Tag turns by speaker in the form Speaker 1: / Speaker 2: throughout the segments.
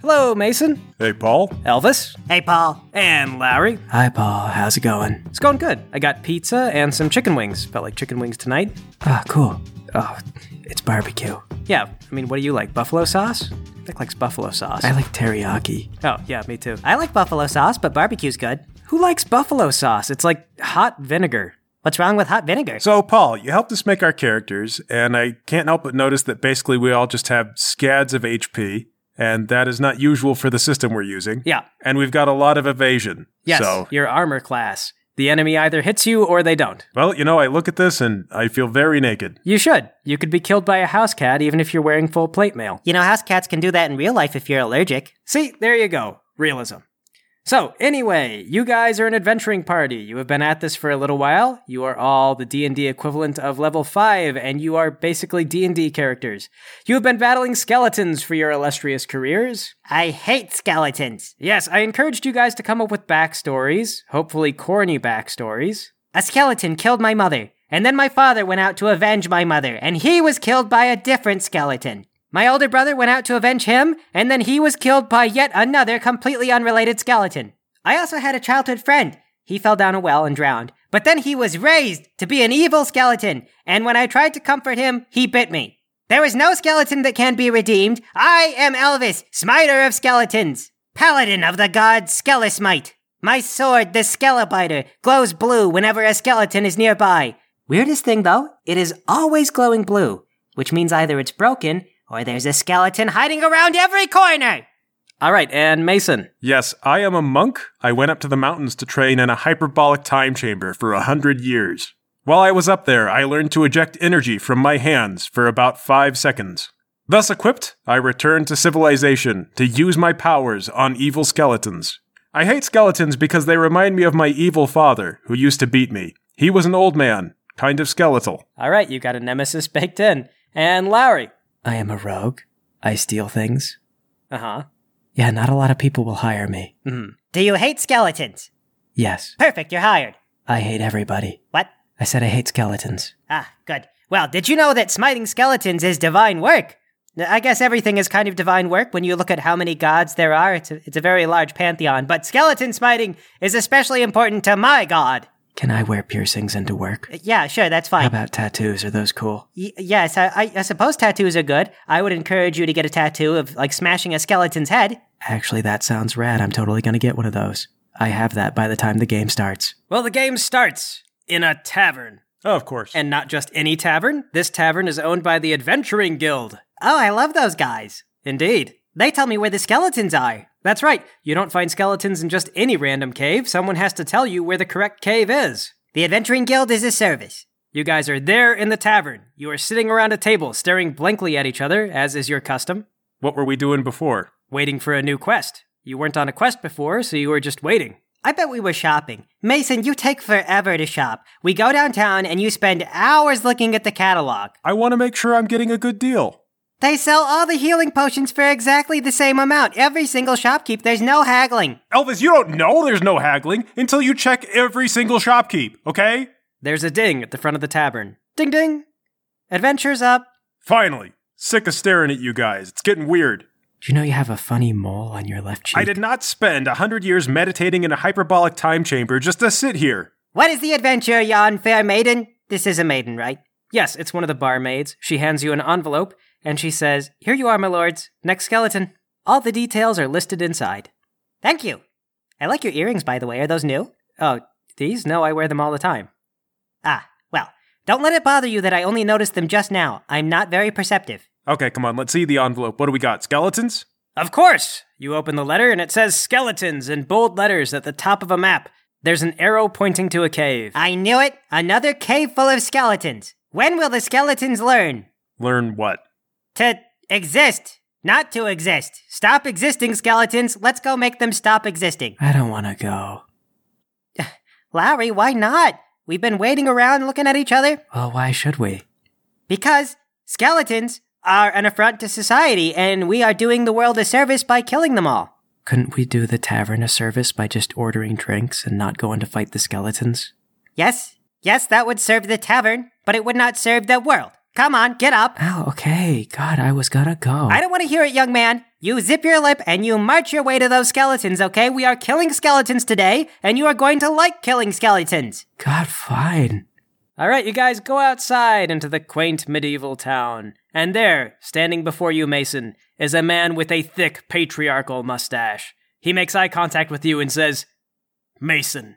Speaker 1: Hello, Mason,
Speaker 2: Hey, Paul.
Speaker 1: Elvis,
Speaker 3: Hey, Paul.
Speaker 1: and Lowry. Hi, Paul. How's it going? It's going good. I got pizza and some chicken wings. Felt like chicken wings tonight. Ah, cool. Oh, it's barbecue. Yeah, I mean, what do you like? Buffalo sauce? Nick likes buffalo sauce.
Speaker 4: I like teriyaki.
Speaker 1: oh, yeah, me too.
Speaker 3: I like buffalo sauce, but barbecue's good.
Speaker 1: Who likes buffalo sauce? It's like hot vinegar.
Speaker 3: What's wrong with hot vinegar?
Speaker 2: So, Paul, you helped us make our characters, and I can't help but notice that basically we all just have scads of HP, and that is not usual for the system we're using.
Speaker 1: Yeah.
Speaker 2: And we've got a lot of evasion.
Speaker 1: Yes,
Speaker 2: So,
Speaker 1: your armor class. The enemy either hits you or they don't.
Speaker 2: well, you know, I look at this and I feel very naked.
Speaker 1: You should. You could be killed by a house cat even if you're wearing full plate mail.
Speaker 3: You know, house cats can do that in real life if you're allergic.
Speaker 1: See, there you go. Realism. So, anyway, you guys are an adventuring party. You have been at this for a little while. You are all the D&D equivalent of level 5 and you are basically D&D characters. You have been battling skeletons for your illustrious careers.
Speaker 3: I hate skeletons.
Speaker 1: Yes, I encouraged you guys to come up with backstories, hopefully corny backstories.
Speaker 3: A skeleton killed my mother, and then my father went out to avenge my mother, and he was killed by a different skeleton. My older brother went out to avenge him, and then he was killed by yet another completely unrelated skeleton. I also had a childhood friend. He fell down a well and drowned, but then he was raised to be an evil skeleton, and when I tried to comfort him, he bit me. There is no skeleton that can be redeemed. I am Elvis, smiter of skeletons, paladin of the god Skelismite. My sword, the Skelebiter, glows blue whenever a skeleton is nearby. Weirdest thing though, it is always glowing blue, which means either it's broken or there's a skeleton hiding around every corner.
Speaker 1: All right, and Mason.
Speaker 2: Yes, I am a monk. I went up to the mountains to train in a hyperbolic time chamber for a hundred years. While I was up there, I learned to eject energy from my hands for about five seconds. Thus equipped, I returned to civilization to use my powers on evil skeletons. I hate skeletons because they remind me of my evil father, who used to beat me. He was an old man, kind of skeletal.
Speaker 1: All right, you got a nemesis baked in. And Lowry. I am a rogue. I steal things. Uh huh.
Speaker 4: Yeah, not a lot of people will hire me.
Speaker 1: Mm-hmm.
Speaker 3: Do you hate skeletons?
Speaker 4: Yes,
Speaker 3: Perfect, you're hired.
Speaker 4: I hate everybody.
Speaker 3: What?
Speaker 4: I said I hate skeletons.
Speaker 3: Ah, good. Well, did you know that smiting skeletons is divine work? I guess everything is kind of divine work when you look at how many gods there are. It's a, it's a very large pantheon, but skeleton smiting is especially important to my god.
Speaker 4: Can I wear piercings into work?
Speaker 3: Yeah, sure, that's
Speaker 4: How
Speaker 3: fine.
Speaker 4: about tattoos? Are those cool?
Speaker 3: Y- yes, I, I, I suppose tattoos are good. I would encourage you to get a tattoo of like smashing a skeleton's head.
Speaker 4: Actually, that sounds rad. I'm totally gonna get one of those. I have that by the time the game starts.
Speaker 1: Well, the game starts in a tavern.
Speaker 2: Oh, of course.
Speaker 1: And not just any tavern. This tavern is owned by the Adventuring Guild.
Speaker 3: Oh, I love those guys.
Speaker 1: Indeed.
Speaker 3: They tell me where the skeletons are.
Speaker 1: That's right. You don't find skeletons in just any random cave. Someone has to tell you where the correct cave is.
Speaker 3: The Adventuring Guild is a service.
Speaker 1: You guys are there in the tavern. You are sitting around a table, staring blankly at each other, as is your custom,
Speaker 2: what were we doing before?
Speaker 1: waiting for a new quest. You weren't on a quest before, so you were just waiting.
Speaker 3: I bet we were shopping. Mason, you take forever to shop. We go downtown and you spend hours looking at the catalog.
Speaker 2: I want to make sure I'm getting a good deal.
Speaker 3: They sell all the healing potions for exactly the same amount. Every single shopkeep, there's no haggling.
Speaker 2: Elvis, you don't know there's no haggling until you check every single shopkeep, okay?
Speaker 1: There's a ding at the front of the tavern. Ding ding! Adventure's up.
Speaker 2: Finally. Sick of staring at you guys. It's getting weird.
Speaker 4: Do you know you have a funny mole on your left cheek?
Speaker 2: I did not spend a hundred years meditating in a hyperbolic time chamber just to sit here.
Speaker 3: What is the adventure, yon fair maiden? This is a maiden, right?
Speaker 1: Yes, it's one of the barmaids. She hands you an envelope and she says, Here you are, my lords. Next skeleton. All the details are listed inside.
Speaker 3: Thank you. I like your earrings, by the way. Are those new?
Speaker 1: Oh, these? No, I wear them all the time.
Speaker 3: Ah, well, don't let it bother you that I only noticed them just now. I'm not very perceptive.
Speaker 2: Okay, come on, let's see the envelope. What do we got? Skeletons?
Speaker 1: Of course! You open the letter and it says skeletons in bold letters at the top of a map. There's an arrow pointing to a cave.
Speaker 3: I knew it! Another cave full of skeletons! When will the skeletons learn?
Speaker 2: Learn what?
Speaker 3: To exist! Not to exist! Stop existing, skeletons! Let's go make them stop existing!
Speaker 4: I don't want to go.
Speaker 3: Lowry, why not? We've been waiting around looking at each other
Speaker 4: Well, why should we?
Speaker 3: because skeletons are an affront to society and we are doing the world a service by killing them all.
Speaker 4: Couldn't we do the tavern a service by just ordering drinks and not going to fight the skeletons?
Speaker 3: Yes, yes, that would serve the tavern, but it would not serve the world. Come on, get up.
Speaker 4: Ow, Oh, okay. God, I was gonna go.
Speaker 3: I don't want to hear it, young man. You zip your lip and you march your way to those skeletons, okay? We are killing skeletons today, and you are going to like killing skeletons.
Speaker 4: God, fine.
Speaker 1: All right, you guys go outside into the quaint medieval town. And there, standing before you, Mason, is a man with a thick patriarchal mustache. He makes eye contact with you and says, Mason,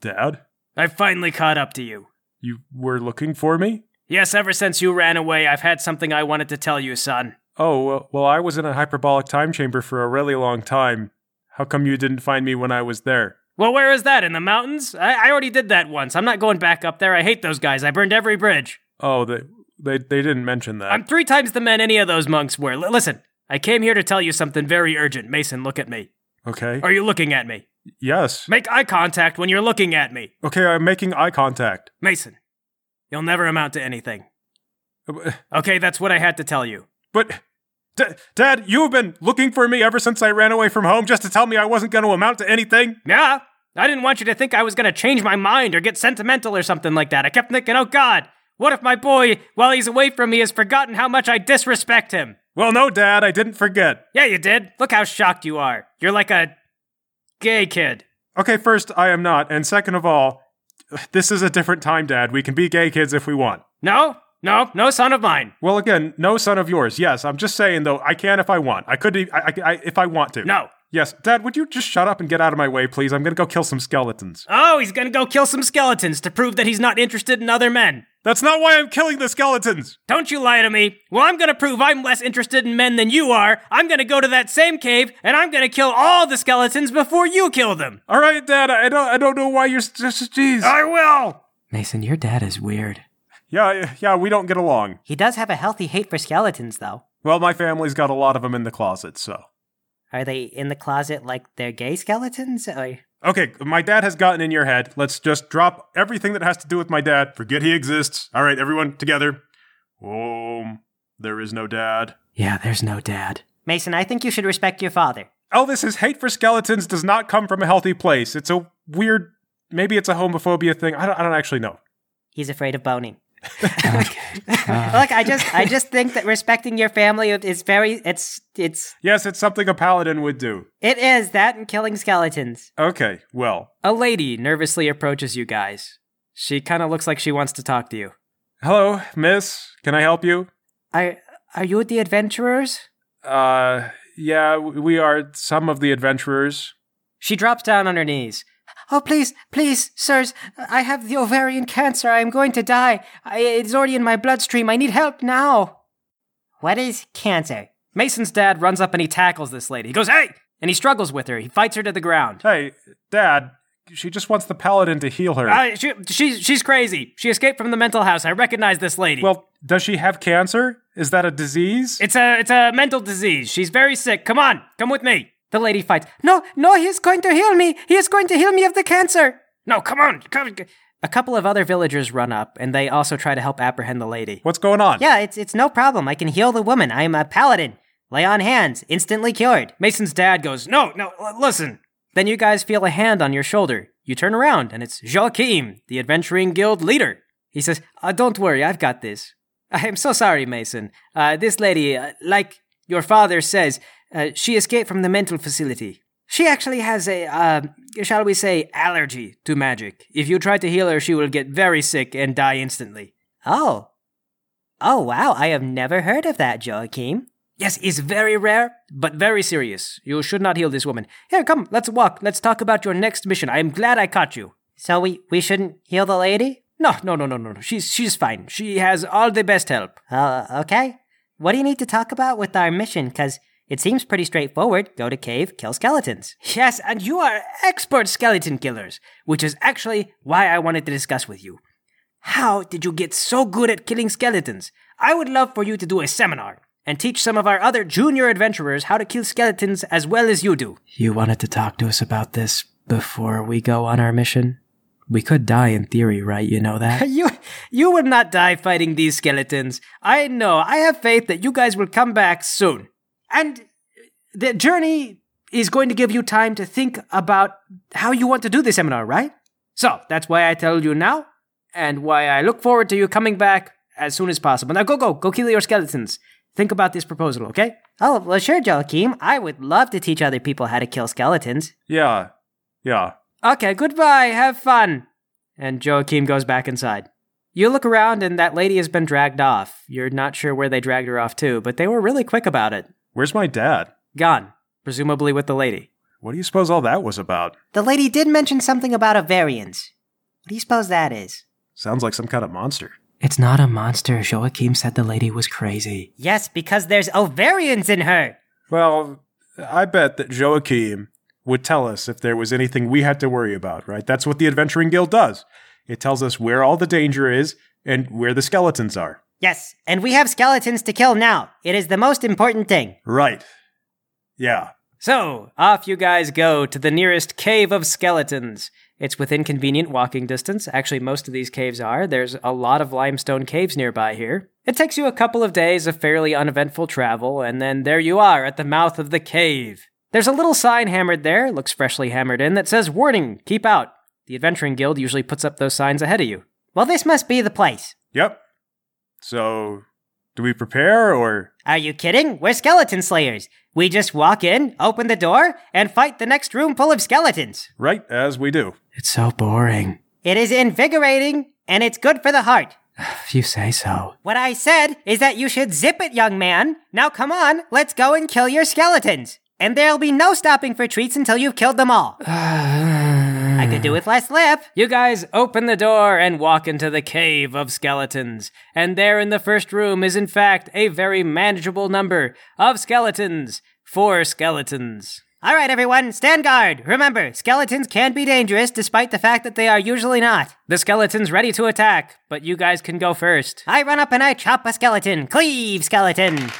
Speaker 2: Dad,
Speaker 1: I've finally caught up to you.
Speaker 2: you were looking for me?
Speaker 1: Yes, ever since you ran away, I've had something I wanted to tell you, son.
Speaker 2: Oh, well- well, I was in a hyperbolic time chamber for a really long time. How come you didn't find me when I was there?
Speaker 1: Well, where is that? In the mountains? I, I already did that once. I'm not going back up there. I hate those guys. I burned every bridge.
Speaker 2: Oh, they they, they didn't mention that.
Speaker 1: I'm three times the man any of those monks were. L- listen, I came here to tell you something very urgent. Mason, look at me.
Speaker 2: okay.
Speaker 1: Are you looking at me?
Speaker 2: yes.
Speaker 1: Make eye contact when you're looking at me.
Speaker 2: okay, I'm making eye contact.
Speaker 1: Mason, you'll never amount to anything.
Speaker 2: Uh,
Speaker 1: Okay, that's what I had to tell you.
Speaker 2: But D- Dad, you've been looking for me ever since I ran away from home just to tell me I wasn't going to amount to anything.
Speaker 1: Yeah, I didn't want you to think I was gonna change my mind or get sentimental or something like that. I kept thinking, oh god, what if my boy, while he's away from me, has forgotten how much I disrespect him?
Speaker 2: Well, no, Dad, I didn't forget.
Speaker 1: Yeah, you did. Look how shocked you are. You're like a gay kid.
Speaker 2: Okay, first, I am not, and second of all, this is a different time, Dad. We can be gay kids if we want.
Speaker 1: No, no, no son of mine.
Speaker 2: Well, again, no son of yours. Yes, I'm just saying though. I can if I want. I could e- I, I, I, if I want to.
Speaker 1: No.
Speaker 2: Yes, Dad. Would you just shut up and get out of my way, please? I'm gonna go kill some skeletons.
Speaker 1: Oh, he's gonna go kill some skeletons to prove that he's not interested in other men.
Speaker 2: That's not why I'm killing the skeletons.
Speaker 1: Don't you lie to me. Well, I'm gonna prove I'm less interested in men than you are. I'm gonna go to that same cave and I'm gonna kill all the skeletons before you kill them.
Speaker 2: All right, Dad. I don't. I don't know why you're just. Jeez.
Speaker 1: I will!
Speaker 4: Mason, your dad is weird.
Speaker 2: yeah. Yeah. We don't get along.
Speaker 3: He does have a healthy hate for skeletons, though.
Speaker 2: Well, my family's got a lot of them in the closet, so.
Speaker 3: Are they in the closet like they're gay skeletons? Or...
Speaker 2: Okay, my dad has gotten in your head. Let's just drop everything that has to do with my dad. Forget he exists. All right, everyone, together. Om. There is no dad.
Speaker 4: Yeah, there's no dad.
Speaker 3: Mason, I think you should respect your father.
Speaker 2: Elvis, his hate for skeletons does not come from a healthy place. It's a weird, maybe it's a homophobia thing. I don't, I don't actually know.
Speaker 3: He's afraid of boning. Look, I just, I just think that respecting your family is very, it's, it's,
Speaker 2: Yes, it's something a paladin would do.
Speaker 3: it is that and killing skeletons.
Speaker 2: Okay, well.
Speaker 1: A lady nervously approaches you guys. She kind of looks like she wants to talk to you.
Speaker 2: Hello, miss. Can I help you?
Speaker 3: Are, are you the adventurers?
Speaker 2: Uh, yeah, w- we are some of the adventurers.
Speaker 1: She drops down on her knees.
Speaker 3: Oh, please, please, sirs, I have the ovarian cancer. I am going to die. I, it's already in my bloodstream. I need help now. What is cancer?
Speaker 1: Mason's dad runs up and he tackles this lady. He goes, Hey! And he struggles with her. He fights her to the ground.
Speaker 2: Hey, dad, she just wants the paladin to heal her.
Speaker 1: I, she, she's, she's crazy. She escaped from the mental house. I recognize this lady.
Speaker 2: Well, does she have cancer? Is that a disease?
Speaker 1: it's a, it's a mental disease. She's very sick. Come on, come with me.
Speaker 3: The lady fights. No, no, he is going to heal me. He is going to heal me of the cancer.
Speaker 1: No, come on. Come. A couple of other villagers run up and they also try to help apprehend the lady.
Speaker 2: What's going on?
Speaker 3: Yeah, it's it's no problem. I can heal the woman. I am a paladin. Lay on hands, instantly cured.
Speaker 1: Mason's dad goes, No, no, l- listen. Then you guys feel a hand on your shoulder. You turn around, and it's Joachim, the Adventuring Guild leader. He says, uh, Don't worry, I've got this. I am so sorry, Mason. Uh, this lady, uh, like your father says, uh, she escaped from the mental facility. She actually has a, uh, shall we say, allergy to magic. If you try to heal her, she will get very sick and die instantly.
Speaker 3: Oh, oh wow! I have never heard of that, Joachim.
Speaker 1: Yes, it's very rare, but very serious. You should not heal this woman. Here, come, let's walk. Let's talk about your next mission. I am glad I caught you.
Speaker 3: So we we shouldn't heal the lady?
Speaker 1: No, no, no, no, no, no. She's she's fine. She has all the best help.
Speaker 3: Uh, okay. What do you need to talk about with our mission? Cause it seems pretty straightforward. Go to cave, kill skeletons.
Speaker 1: Yes, and you are expert skeleton killers, which is actually why I wanted to discuss with you. How did you get so good at killing skeletons? I would love for you to do a seminar and teach some of our other junior adventurers how to kill skeletons as well as you do.
Speaker 4: You wanted to talk to us about this before we go on our mission? We could die in theory, right? You know that?
Speaker 1: You you will not die fighting these skeletons. I know. I have faith that you guys will come back soon. And the journey is going to give you time to think about how you want to do the seminar, right? So, that's why I tell you now and why I look forward to you coming back as soon as possible. Now go, go, go kill your skeletons. Think about this proposal, okay?
Speaker 3: Oh, well, sure, Joachim. I would love to teach other people how to kill skeletons.
Speaker 2: Yeah. Yeah.
Speaker 1: Okay, goodbye. Have fun. And Joachim goes back inside. You look around, and that lady has been dragged off. You're not sure where they dragged her off to, but they were really quick about it.
Speaker 2: Where's my dad?
Speaker 1: Gone, presumably with the lady.
Speaker 2: What do you suppose all that was about?
Speaker 3: The lady did mention something about ovarians. What do you suppose that is?
Speaker 2: Sounds like some kind of monster.
Speaker 4: It's not a monster. Joachim said the lady was crazy.
Speaker 3: Yes, because there's ovarians in her.
Speaker 2: Well, I bet that Joachim would tell us if there was anything we had to worry about, right? That's what the Adventuring Guild does. It tells us where all the danger is and where the skeletons are.
Speaker 3: Yes, and we have skeletons to kill now. It is the most important thing.
Speaker 2: Right. Yeah.
Speaker 1: So, off you guys go to the nearest cave of skeletons. It's within convenient walking distance. Actually, most of these caves are. There's a lot of limestone caves nearby here. It takes you a couple of days of fairly uneventful travel, and then there you are at the mouth of the cave. There's a little sign hammered there, looks freshly hammered in, that says, Warning, keep out. The Adventuring Guild usually puts up those signs ahead of you.
Speaker 3: Well, this must be the place.
Speaker 2: Yep. So, do we prepare or?
Speaker 3: Are you kidding? We're skeleton slayers. We just walk in, open the door, and fight the next room full of skeletons.
Speaker 2: Right, as we do.
Speaker 4: It's so boring.
Speaker 3: It is invigorating, and it's good for the heart.
Speaker 4: If you say so.
Speaker 3: What I said is that you should zip it, young man. Now come on, let's go and kill your skeletons. And there'll be no stopping for treats until you've killed them all. I could do with less lip.
Speaker 1: You guys open the door and walk into the cave of skeletons. And there in the first room is, in fact, a very manageable number of skeletons. Four skeletons.
Speaker 3: All right, everyone, stand guard. Remember, skeletons can be dangerous despite the fact that they are usually not.
Speaker 1: The skeleton's ready to attack, but you guys can go first.
Speaker 3: I run up and I chop a skeleton. Cleave, skeleton.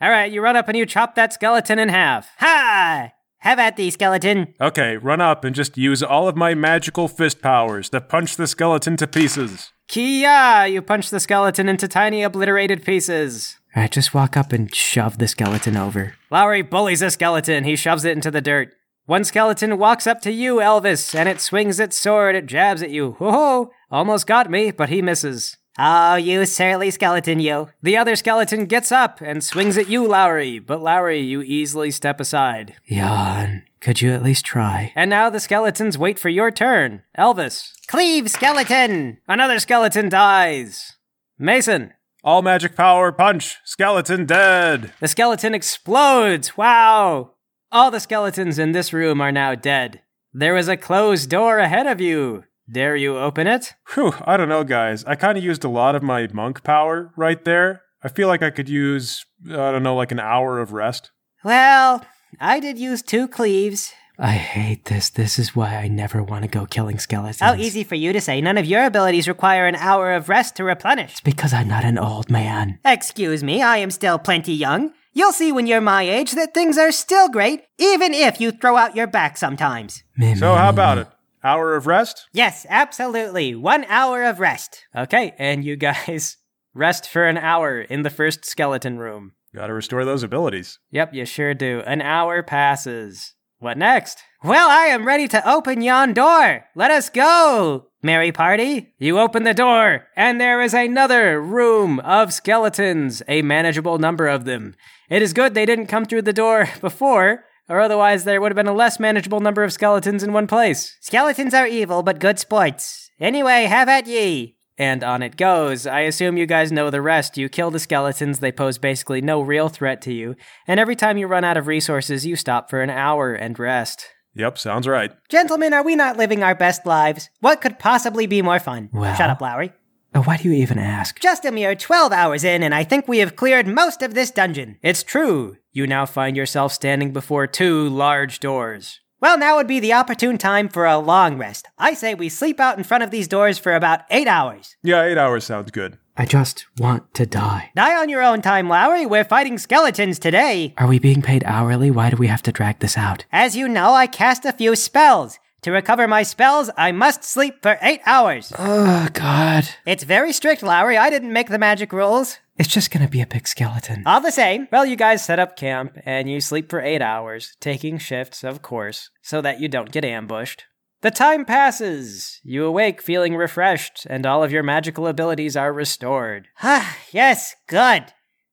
Speaker 1: All right, you run up and you chop that skeleton in half.
Speaker 3: Ha! Have at thee, skeleton.
Speaker 2: Okay, run up and just use all of my magical fist powers to punch the skeleton to pieces.
Speaker 1: Kia! You punch the skeleton into tiny obliterated pieces.
Speaker 4: I just walk up and shove the skeleton over.
Speaker 1: Lowry bullies a skeleton. He shoves it into the dirt. One skeleton walks up to you, Elvis, and it swings its sword. It jabs at you. Ho ho! Almost got me, but he misses. Ah,
Speaker 3: Oh, you surly skeleton, you.
Speaker 1: The other skeleton gets up and swings at you, Lowry, but Lowry, you easily step aside.
Speaker 4: Yawn. Could you at least try?
Speaker 1: And now the skeletons wait for your turn. Elvis.
Speaker 3: Cleave, skeleton!
Speaker 1: Another skeleton dies. Mason.
Speaker 2: All magic power punch. Skeleton dead.
Speaker 1: The skeleton explodes. Wow. All the skeletons in this room are now dead. There is a closed door ahead of you. Dare you open it?
Speaker 2: Whew, I don't know, guys. I kind of used a lot of my monk power right there. I feel like I could use, I don't know, like an hour of rest.
Speaker 3: Well, I did use two cleaves.
Speaker 4: I hate this. This is why I never want to go killing skeletons.
Speaker 3: How easy for you to say. None of your abilities require an hour of rest to replenish.
Speaker 4: It's because I'm not an old man.
Speaker 3: Excuse me, I am still plenty young. You'll see when you're my age that things are still great, even if you throw out your back sometimes.
Speaker 2: So, how about it? Hour of rest?
Speaker 3: Yes, absolutely. One hour of rest.
Speaker 1: Okay, and you guys rest for an hour in the first skeleton room.
Speaker 2: Gotta restore those abilities.
Speaker 1: Yep, you sure do. An hour passes. What next?
Speaker 3: Well, I am ready to open yon door. Let us go, merry party.
Speaker 1: You open the door, and there is another room of skeletons, a manageable number of them. It is good they didn't come through the door before, or otherwise there would have been a less manageable number of skeletons in one place.
Speaker 3: Skeletons are evil, but good sports. Anyway, have at ye.
Speaker 1: And on it goes. I assume you guys know the rest. You kill the skeletons, they pose basically no real threat to you, and every time you run out of resources, you stop for an hour and rest.
Speaker 2: Yep, sounds right.
Speaker 3: Gentlemen, are we not living our best lives? What could possibly be more fun?
Speaker 4: Well.
Speaker 3: Shut up, Lowry.
Speaker 4: Oh, why do you even ask?
Speaker 3: Just a mere 12 hours in, and I think we have cleared most of this dungeon.
Speaker 1: It's true. You now find yourself standing before two large doors.
Speaker 3: Well, now would be the opportune time for a long rest. I say we sleep out in front of these doors for about eight hours.
Speaker 2: Yeah, eight hours sounds good.
Speaker 4: I just want to die.
Speaker 3: Die on your own time, Lowry. We're fighting skeletons today.
Speaker 4: Are we being paid hourly? Why do we have to drag this out?
Speaker 3: As you know, I cast a few spells. To recover my spells, I must sleep for eight hours.
Speaker 4: Oh, God.
Speaker 3: It's very strict, Lowry. I didn't make the magic rules.
Speaker 4: It's just gonna be a big skeleton.
Speaker 3: All the same,
Speaker 1: Well, you guys set up camp and you sleep for eight hours, taking shifts, of course, so that you don't get ambushed. The time passes. You awake feeling refreshed, and all of your magical abilities are restored.
Speaker 3: Ah, yes, good.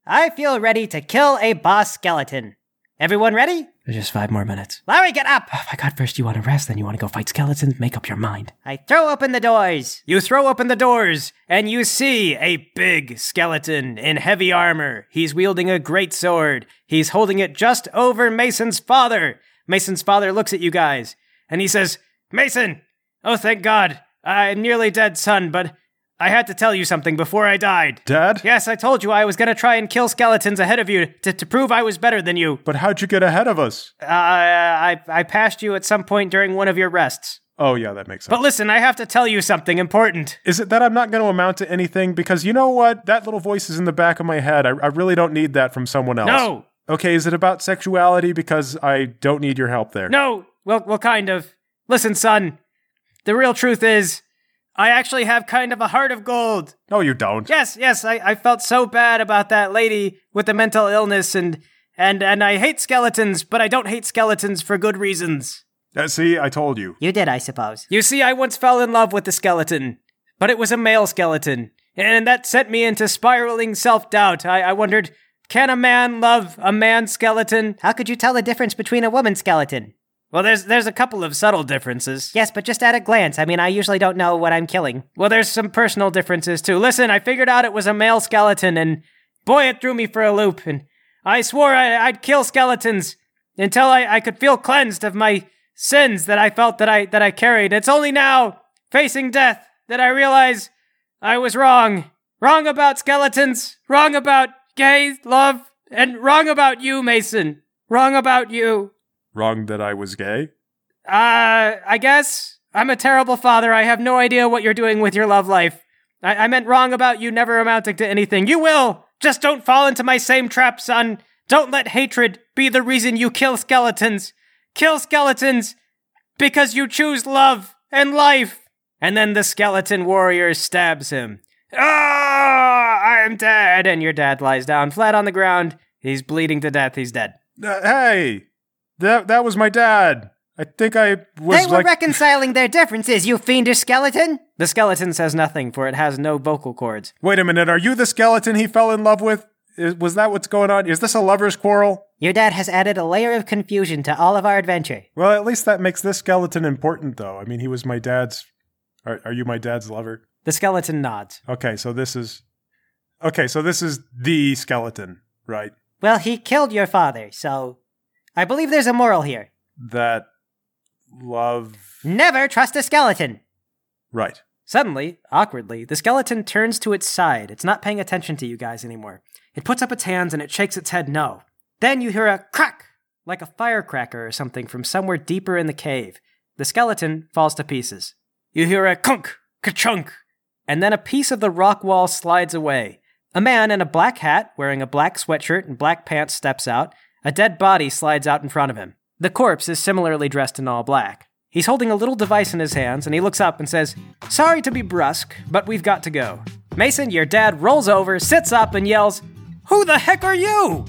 Speaker 3: I feel ready to kill a boss skeleton. Everyone ready?
Speaker 4: There's just five more minutes.
Speaker 3: Larry, get up!
Speaker 4: Oh my god, first you want to rest, then you want to go fight skeletons, make up your mind.
Speaker 3: I throw open the doors.
Speaker 1: You throw open the doors, and you see a big skeleton in heavy armor. He's wielding a great sword. He's holding it just over Mason's father. Mason's father looks at you guys, and he says, Mason! Oh, thank God. I'm nearly dead, son, but I had to tell you something before I died.
Speaker 2: Dad?
Speaker 1: Yes, I told you I was going to try and kill skeletons ahead of you to, to prove I was better than you.
Speaker 2: But how'd you get ahead of us?
Speaker 1: Uh, I, I passed you at some point during one of your rests.
Speaker 2: Oh, yeah, that makes sense.
Speaker 1: But listen, I have to tell you something important.
Speaker 2: is it that I'm not going to amount to anything? Because you know what? That little voice is in the back of my head. I, I really don't need that from someone else.
Speaker 1: No,
Speaker 2: Okay, is it about sexuality? Because I don't need your help there.
Speaker 1: no. Well, well, kind of. Listen, son. The real truth is, I actually have kind of a heart of gold.
Speaker 2: No, you don't.
Speaker 1: Yes, yes, I, I felt so bad about that lady with the mental illness and and and I hate skeletons, but I don't hate skeletons for good reasons.
Speaker 2: Uh, see, I told you.
Speaker 3: You did, I suppose.
Speaker 1: You see, I once fell in love with a skeleton, but it was a male skeleton, and that sent me into spiraling self-doubt. I, I wondered, can a man love a man skeleton?
Speaker 3: How could you tell the difference between a woman skeleton?
Speaker 1: Well, there's there's a couple of subtle differences.
Speaker 3: Yes, but just at a glance. I mean, I usually don't know what I'm killing.
Speaker 1: Well, there's some personal differences too. Listen, I figured out it was a male skeleton, and boy, it threw me for a loop. And I swore I, I'd kill skeletons until I, I could feel cleansed of my sins that I felt that I that I carried. It's only now, facing death, that I realize I was wrong. Wrong about skeletons. Wrong about gay love, and wrong about you, Mason. Wrong about you.
Speaker 2: Wrong that I was gay?
Speaker 1: Uh, I guess I'm a terrible father. I have no idea what you're doing with your love life. I, I meant wrong about you never amounting to anything. You will! Just don't fall into my same trap, son. Don't let hatred be the reason you kill skeletons. Kill skeletons because you choose love and life. And then the skeleton warrior stabs him. Ah, I'm dead. And your dad lies down flat on the ground. He's bleeding to death. He's dead.
Speaker 2: Uh, hey, that, that was my dad. I think I was
Speaker 3: They were
Speaker 2: like.
Speaker 3: reconciling their differences, you fiendish skeleton!
Speaker 1: The skeleton says nothing, for it has no vocal cords.
Speaker 2: Wait a minute, are you the skeleton he fell in love with? Is, was that what's going on? Is this a lover's quarrel?
Speaker 3: Your dad has added a layer of confusion to all of our adventure.
Speaker 2: Well, at least that makes this skeleton important, though. I mean, he was my dad's. Are, are you my dad's lover?
Speaker 1: The skeleton nods.
Speaker 2: Okay, so this is. Okay, so this is the skeleton, right?
Speaker 3: Well, he killed your father, so I believe there's a moral here.
Speaker 2: That love.
Speaker 3: Never trust a skeleton.
Speaker 2: Right.
Speaker 1: Suddenly, awkwardly, the skeleton turns to its side. It's not paying attention to you guys anymore. It puts up its hands and it shakes its head no. Then you hear a crack, like a firecracker or something from somewhere deeper in the cave. The skeleton falls to pieces. You hear a kunk, ka-chunk, and then a piece of the rock wall slides away. A man in a black hat, wearing a black sweatshirt and black pants, steps out. A dead body slides out in front of him. The corpse is similarly dressed in all black. He's holding a little device in his hands, and he looks up and says, Sorry to be brusque, but we've got to go. Mason, your dad, rolls over, sits up, and yells, Who the heck are you?